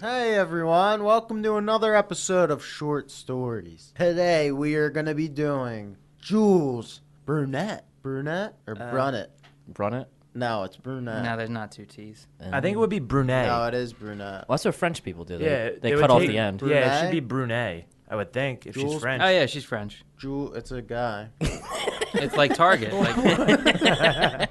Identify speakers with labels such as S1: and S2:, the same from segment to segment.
S1: Hey everyone, welcome to another episode of Short Stories. Today we are going to be doing Jules Brunette. Brunette or
S2: Uh,
S1: Brunette?
S3: Brunette.
S1: No, it's Brunette.
S2: No, there's not two T's.
S3: And
S4: I think it would be Brunei.
S1: No, it is Brunette.
S3: well, that's what French people do. They,
S4: yeah,
S3: they
S4: would
S3: cut off
S4: take-
S3: the end.
S4: Yeah,
S1: Brunei?
S4: it should be Brunei. I would think if
S1: Jules-
S4: she's French.
S2: Oh yeah, she's French.
S1: Jules, it's a guy.
S2: It's like Target. Like,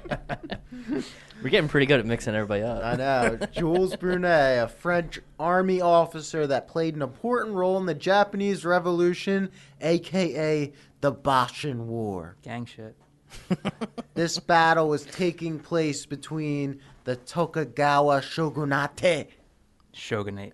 S3: We're getting pretty good at mixing everybody up.
S1: I know. Jules Brunet, a French army officer that played an important role in the Japanese Revolution, aka the Boshin War.
S2: gang shit.
S1: This battle was taking place between the Tokugawa shogunate,
S2: Shogunate.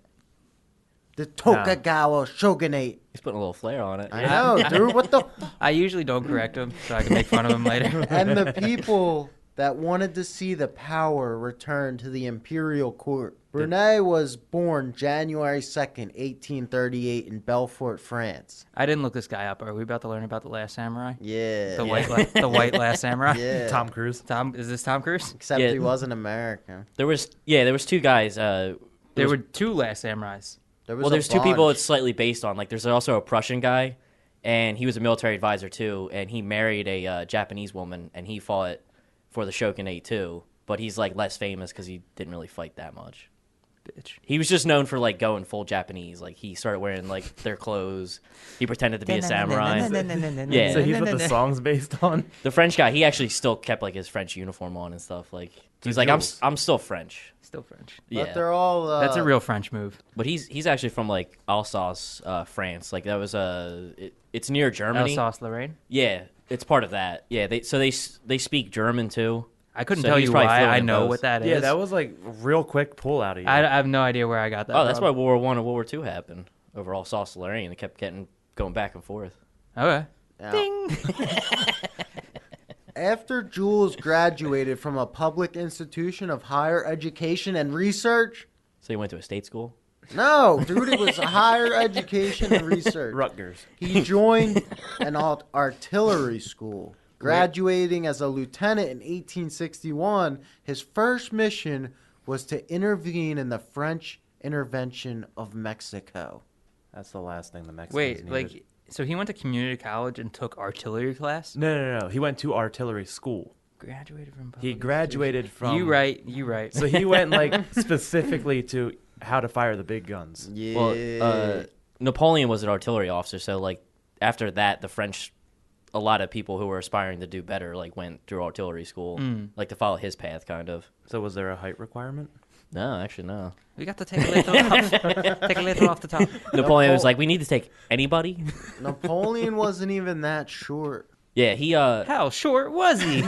S1: the Tokugawa shogunate.
S3: He's putting a little flair on it.
S1: I know, dude. What the?
S2: I usually don't correct him, so I can make fun of him later.
S1: And the people that wanted to see the power return to the imperial court. Brunet was born January 2nd, 1838, in Belfort, France.
S2: I didn't look this guy up. Are we about to learn about the Last Samurai?
S1: Yeah.
S2: The white, la- the white Last Samurai.
S1: Yeah.
S4: Tom Cruise.
S2: Tom, is this Tom Cruise?
S1: Except
S3: Yeah.
S1: he was an American.
S3: There was yeah, there was two guys. Uh,
S2: There
S3: there was,
S2: were two Last Samurais.
S1: There was
S3: well,
S1: a
S3: there's two people
S1: bunch.
S3: it's slightly based on. Like there's also a Prussian guy, and he was a military advisor too, and he married a uh, Japanese woman, and he fought for the shogunate too. But he's like less famous because he didn't really fight that much.
S2: Bitch.
S3: He was just known for like going full Japanese. Like he started wearing like their clothes. He pretended to be a samurai. Yeah.
S4: So he's what the song's based on.
S3: The French guy, he actually still kept like his French uniform on and stuff. Like he's like, I'm s- I'm still French.
S2: Still French.
S1: But
S3: yeah,
S1: they're all. Uh,
S2: That's a real French move.
S3: but he's he's actually from like Alsace, uh, France. Like that was uh, it, it's near Germany.
S2: Alsace Lorraine.
S3: Yeah, it's part of that. Yeah, they so they s- they speak German too.
S2: I couldn't
S3: So
S2: tell
S3: he's
S2: you
S3: probably
S2: why.
S3: fluent
S2: I
S3: in
S2: know
S3: both.
S2: what that is.
S4: Yeah, that was like real quick pull out of you.
S2: I, I have no idea where I got that.
S3: Oh, that's why
S2: from.
S3: World War One and World War Two happened over Alsace Lorraine. It kept getting going back and forth.
S2: Okay.
S1: yeah.
S2: Ding.
S1: After Jules graduated from a public institution of higher education and research.
S3: So he went to a state school.
S1: No, dude, it was higher education and research.
S4: Rutgers.
S1: He joined an alt- artillery school. Graduating as a lieutenant in 1861, his first mission was to intervene in the French intervention of Mexico.
S4: That's the last thing the Mexicans
S2: Wait,
S4: needed.
S2: like, so he went to community college and took artillery class.
S4: No, no, no. He went to artillery school.
S2: Graduated from.
S4: He
S2: public
S4: graduated from.
S2: Oh, You right. You right.
S4: So he went like specifically to how to fire the big guns.
S1: Yeah.
S3: Well, uh, Napoleon was an artillery officer, so like after that, the French, a lot of people who were aspiring to do better, like went through artillery school, like to follow his path, kind of.
S4: So was there a height requirement?
S3: No, actually, no.
S2: we got to take a little off, take a little off the top.
S3: Napoleon was
S1: Napo-
S3: like, we need to take anybody.
S1: Napoleon wasn't even that short.
S3: yeah, he uh,
S2: How short was he?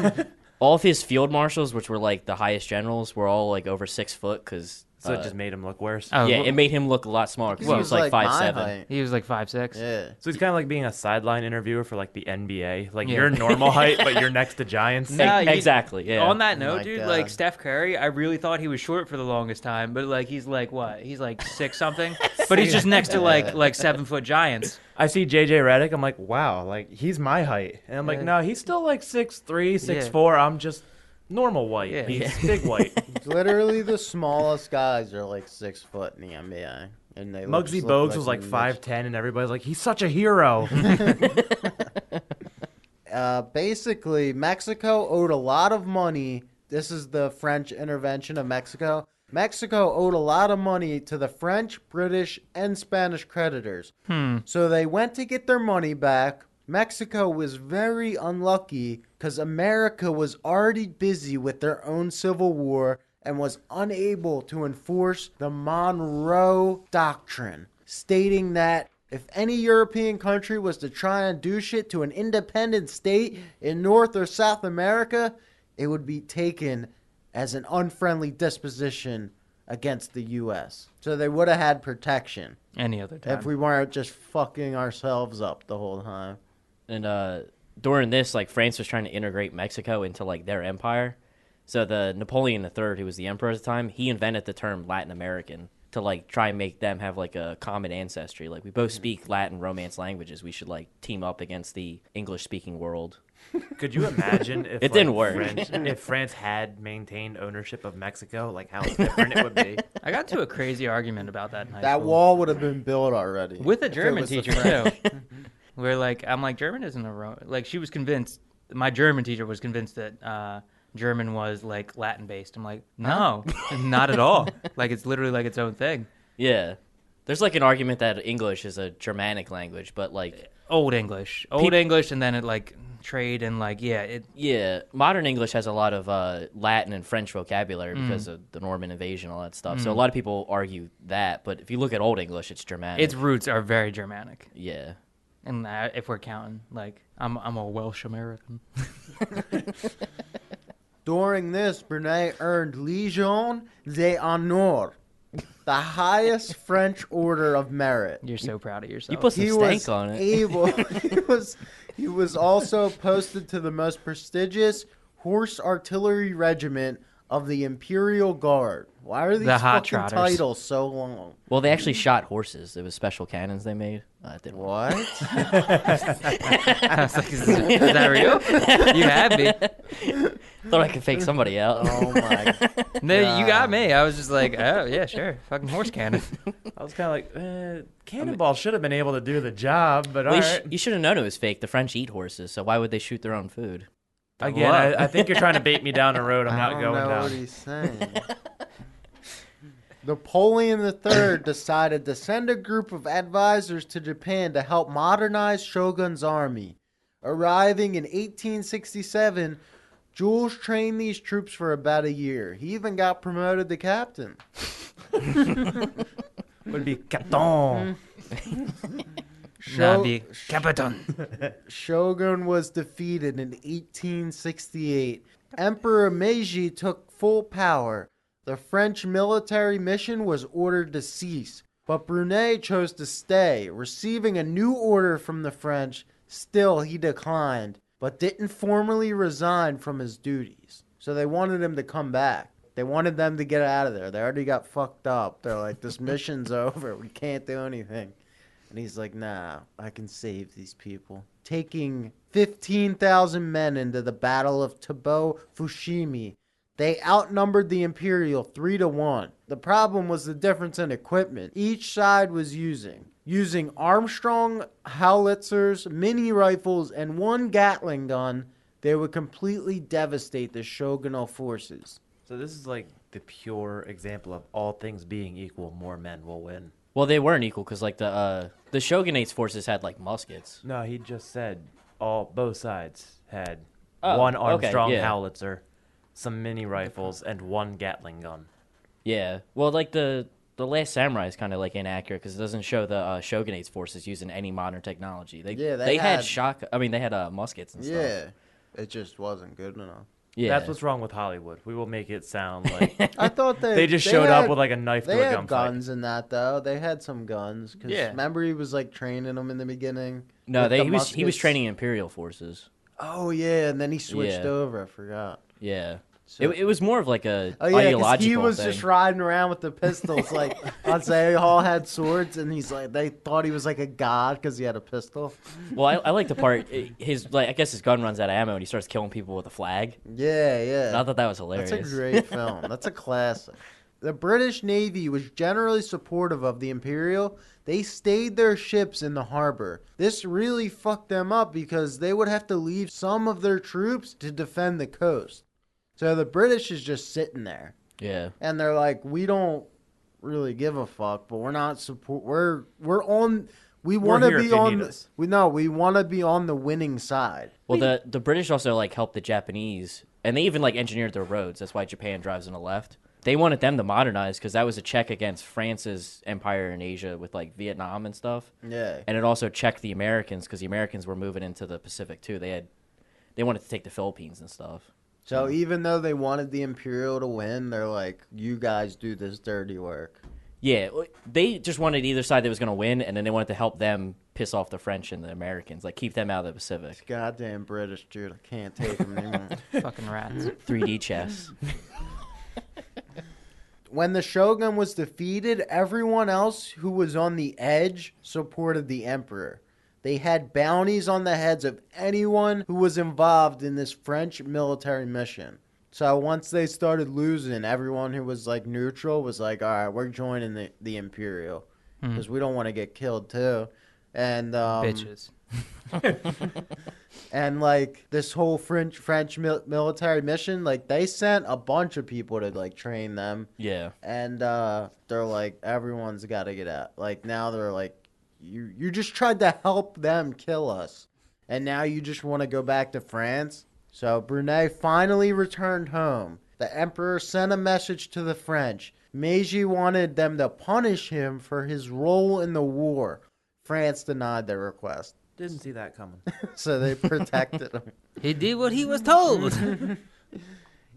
S3: all of his field marshals, which were like the highest generals, were all like over six foot because.
S4: So it just made him look worse.
S2: Oh,
S3: yeah,
S2: well,
S3: it made him look a lot smaller because he was like
S1: my
S3: five seven.
S1: height.
S2: he was like five six.
S1: Yeah.
S4: So he's kind of like being a sideline interviewer for like the NBA. Like
S2: Yeah.
S4: you're normal height, but you're next to giants.
S2: Nah, you-
S3: exactly. Yeah.
S2: On that
S1: Oh
S2: note,
S1: my
S2: dude,
S1: God.
S2: like Steph Curry, I really thought he was short for the longest time, but like he's like what? He's like six something, but he's just next to like like seven foot giants.
S4: I see JJ Redick. I'm like, wow, like he's my height, and I'm like,
S2: Yeah.
S4: no, he's still like six three, six
S2: Yeah.
S4: four. I'm just normal white.
S2: Yeah.
S4: He's
S3: Yeah.
S4: big white.
S1: Literally, the smallest guys are like six foot in the NBA, and they look-
S4: Muggsy
S1: just look
S4: Bogues was like
S1: nudes.
S4: five ten, and everybody's like, he's such a hero.
S1: Uh, basically, Mexico owed a lot of money. This is the French intervention of Mexico. Mexico owed a lot of money to the French, British, and Spanish creditors. So they went to get their money back. Mexico was very unlucky because America was already busy with their own civil war and was unable to enforce the Monroe Doctrine, stating that if any European country was to try and do shit to an independent state in North or South America, it would be taken as an unfriendly disposition against the U.S. So they would have had protection.
S2: Any other time?
S1: If we weren't just fucking ourselves up the whole time.
S3: and uh, during this, like France was trying to integrate Mexico into like their empire. So the Napoleon III, who was the emperor at the time, he invented the term Latin American to like try and make them have like a common ancestry. Like we both speak Latin Romance languages, we should like team up against the English speaking world.
S4: Could you imagine if
S3: It
S4: like,
S3: didn't work.
S4: France, if France had maintained ownership of Mexico, like how different it would be.
S2: I got to a crazy argument about that. In high
S1: That
S2: school.
S1: wall would have been built already
S2: with a
S1: if it
S2: German
S1: was the
S2: teacher
S1: French.
S2: too. Where like I'm like German isn't a Ro-. like she was convinced my German teacher was convinced that uh, German was like Latin based. I'm like no, not at all. Like it's literally like its own thing.
S3: Yeah. There's like an argument that English is a Germanic language, but like
S2: Old English, old English, and then it like trade and like yeah, it
S3: yeah, modern English has a lot of uh, Latin and French vocabulary because of the Norman invasion, all that stuff. So a lot of people argue that, but if you look at Old English, it's Germanic.
S2: its roots are very Germanic.
S3: yeah.
S2: And I, if we're counting, like I'm I'm a Welsh American.
S1: During this, Brunei earned Legion d'honneur, the highest French order of merit.
S2: You're so proud of yourself.
S3: You put some
S1: he
S3: stank
S1: was
S3: on it.
S1: able. he was. He was also posted to the most prestigious horse artillery regiment of the Imperial Guard. Why are these
S2: hot
S1: fucking
S2: trotters.
S1: titles so long?
S3: Well, they actually shot horses. It was special cannons they made. Uh, it didn't work.
S1: What?
S2: I was like, is, is that real? you had me.
S3: Thought I could fake somebody out.
S1: oh my!
S2: No, you
S1: God.
S2: got me. I was just like, oh yeah, sure, fucking horse cannon.
S4: I was kind of like, eh, Cannonball should have been able to do the job, but
S3: Well,
S4: all
S3: you,
S4: right.
S3: sh- you should have known it was fake. The French eat horses, so why would they shoot their own food?
S4: Again,
S2: Love.
S4: I, I think you're trying to bait me down a road I'm
S1: I
S4: not
S1: don't
S4: going
S1: know
S4: down.
S1: what he's saying. Napoleon III decided to send a group of advisors to Japan to help modernize Shogun's army. Arriving in 1867, Jules trained these troops for about a year. He even got promoted to captain.
S4: Would be Caton.
S1: Sho-
S2: Nabi Capitan.
S1: Shogun was defeated in 1868. Emperor Meiji took full power. The French military mission was ordered to cease, but Brunei chose to stay, receiving a new order from the French. Still, he declined, but didn't formally resign from his duties. So they wanted him to come back. They wanted them to get out of there. They already got fucked up. They're like, this mission's over. We can't do anything. And he's like, nah, I can save these people. Taking 15,000 men into the Battle of Tabo Fushimi, they outnumbered the Imperial 3 to 1. The problem was the difference in equipment each side was using. Using Armstrong howitzers, mini rifles, and one Gatling gun, they would completely devastate the shogunal forces.
S4: So this is like the pure example of all things being equal, more men will win.
S3: Well, they weren't equal because like the uh, the shogunate's forces had like muskets.
S4: No, he just said all both sides had
S3: Oh,
S4: one
S3: okay,
S4: Armstrong
S3: yeah.
S4: howitzer, some mini rifles, and one Gatling gun.
S3: Yeah. Well, like the the last samurai is kind of like inaccurate because it doesn't show the uh, shogunate's forces using any modern technology. They
S1: Yeah, they
S3: they, had,
S1: had-
S3: shock. I mean, they had uh, muskets and stuff.
S1: it just wasn't good enough.
S3: Yeah.
S4: That's what's wrong with Hollywood. We will make it sound like
S1: I thought they
S4: they just showed up
S1: had-
S4: with like a knife
S1: They
S4: to a
S1: had
S4: gunfight.
S1: guns in that though. They had some guns. Cause
S2: Yeah.
S1: Remember, he was like training them in the beginning.
S3: no,
S1: with
S3: they
S1: the
S3: he was he was
S1: muskets?
S3: training imperial forces.
S1: Oh yeah, and then he switched
S3: Yeah.
S1: over. I forgot.
S3: Yeah.
S1: So-
S3: it, it was more of like a
S1: Oh yeah, 'cause
S3: ideological
S1: he was
S3: thing.
S1: just riding around with the pistols. Like I'd say, they all had swords, and he's like, they thought he was like a god because he had a pistol.
S3: Well, I, I like the part his like I guess his gun runs out of ammo and he starts killing people with a flag.
S1: Yeah, yeah.
S3: And I thought that was hilarious.
S1: That's a great film. That's a classic. The British Navy was generally supportive of the Imperial. They stayed their ships in the harbor. This really fucked them up because they would have to leave some of their troops to defend the coast. So the British is just sitting there
S3: yeah.
S1: and they're like, "We don't really give a fuck, but we're not support. We're we're on. We want
S4: here
S1: to
S4: if
S1: be
S4: you
S1: on.
S4: need
S1: the-
S4: us."
S1: We no, we want to be on the winning side."
S3: Well, the the British also like helped the Japanese, and they even like engineered their roads. That's why Japan drives on the left. They wanted them to modernize because that was a check against France's empire in Asia with like Vietnam and stuff,
S1: Yeah.
S3: and it also checked the Americans because the Americans were moving into the Pacific too. They had they wanted to take the Philippines and stuff.
S1: So even though they wanted the Imperial to win, they're like, "You guys do this dirty work."
S3: Yeah, w- they just wanted either side that was going to win, and then they wanted to help them piss off the French and the Americans, like keep them out of the Pacific.
S1: Goddamn British dude, I can't take them anymore.
S2: Fucking rats.
S3: 3D chess.
S1: when the shogun was defeated, everyone else who was on the edge supported the emperor. They had bounties on the heads of anyone who was involved in this French military mission. So once they started losing, everyone who was like neutral was like, all right, we're joining the, the Imperial
S2: Hmm.
S1: because we don't want to get killed too. And um,
S2: bitches.
S1: and like this whole French French mil- military mission, like they sent a bunch of people to like train them,
S3: Yeah.
S1: and uh, they're like everyone's got to get out. Like now they're like, you you just tried to help them kill us, and now you just want to go back to France. So Brunet finally returned home. The emperor sent a message to the French. Meiji wanted them to punish him for his role in the war. France denied their request,
S4: Didn't see that coming.
S1: so they protected him.
S2: He did what he was told.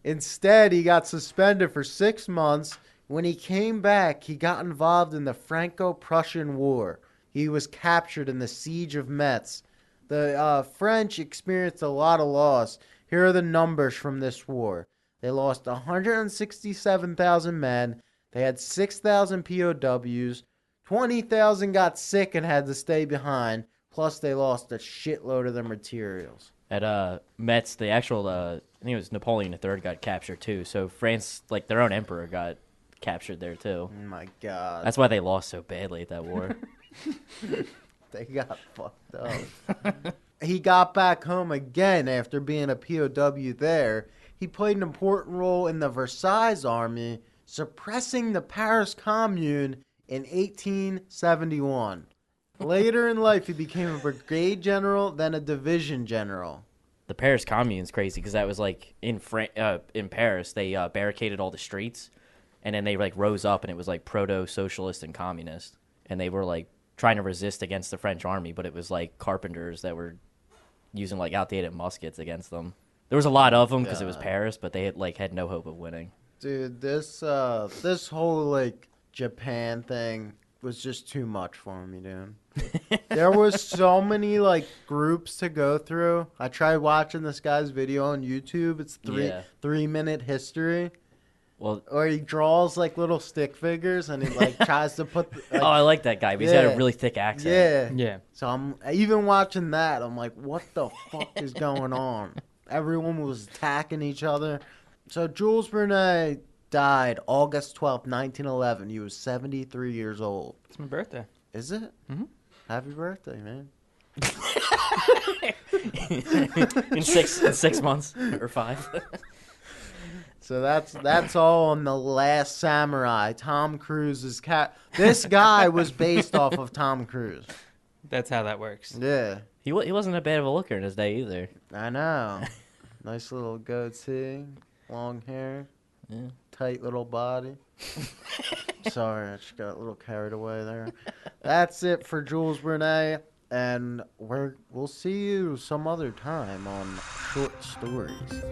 S1: Instead, he got suspended for six months. When he came back, he got involved in the Franco Prussian War. He was captured in the Siege of Metz. The uh, French experienced a lot of loss. Here are the numbers from this war they lost 167,000 men, they had 6,000 POWs, 20,000 got sick and had to stay behind, plus, they lost a shitload of their materials.
S3: At uh Metz, the actual uh, I think it was Napoleon III got captured too. So France, like their own emperor, got captured there too.
S1: Oh my god.
S3: That's why they lost so badly at that war.
S1: They got fucked up. he got back home again after being a POW there. He played an important role in the Versailles army, suppressing the Paris Commune in 1871. Later in life, he became a brigade general, then a division general.
S3: the Paris Commune's crazy because that was like in Fran- uh, in Paris they uh, barricaded all the streets, and then they like rose up and it was like proto socialist and communist, and they were like trying to resist against the French army, but it was like carpenters that were using like outdated muskets against them. There was a lot of them because it was
S1: Yeah.
S3: Paris, but they had like had no hope of winning.
S1: Dude, this uh, this whole like Japan thing was just too much for me, dude. there was so many like groups to go through. I tried watching this guy's video on YouTube. It's three
S3: Yeah.
S1: three minute history,
S3: Well,
S1: or he draws like little stick figures and he like tries to put. Like,
S3: oh, I like that guy, but he's got
S1: Yeah.
S3: a really thick accent.
S1: yeah,
S2: yeah.
S1: so I'm even watching that. I'm like, what the fuck is going on? Everyone was attacking each other. So Jules Brunet died August twelfth, 1911. He was 73 years old.
S2: It's my birthday.
S1: Is it?
S2: Mhm.
S1: Happy birthday, man.
S3: in six in six months or five.
S1: So that's that's all on the Last Samurai. Tom Cruise's cat. This guy was based off of Tom Cruise.
S2: That's how that works.
S1: Yeah,
S3: he wa- he wasn't that bad of a looker in his day either.
S1: I know. Nice little goatee, long hair,
S3: Yeah.
S1: tight little body. Sorry, I just got a little carried away there. That's it for Jules Brunet, and we're we'll see you some other time on Short Stories.